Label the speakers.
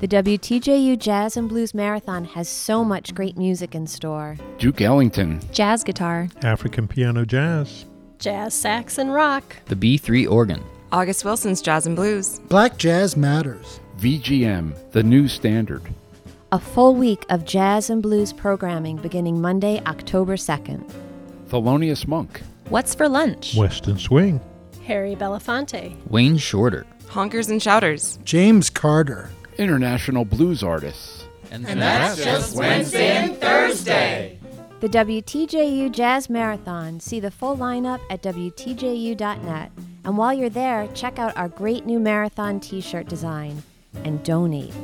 Speaker 1: The WTJU Jazz and Blues Marathon has so much great music in store.
Speaker 2: Duke Ellington,
Speaker 3: Jazz guitar.
Speaker 4: African piano jazz,
Speaker 5: Jazz, sax, and rock.
Speaker 6: The B3 organ.
Speaker 7: August Wilson's Jazz and Blues.
Speaker 8: Black Jazz Matters.
Speaker 2: VGM, the new standard.
Speaker 1: A full week of jazz and blues programming beginning Monday, October 2nd.
Speaker 2: Thelonious Monk,
Speaker 3: What's for lunch?
Speaker 4: Western swing,
Speaker 5: Harry Belafonte.
Speaker 6: Wayne Shorter.
Speaker 7: Honkers and Shouters.
Speaker 8: James Carter.
Speaker 2: international blues artists.
Speaker 6: And,
Speaker 9: just Wednesday and Thursday.
Speaker 1: The WTJU Jazz Marathon. See the full lineup at WTJU.net. And while you're there, check out our great new marathon t shirt design and donate.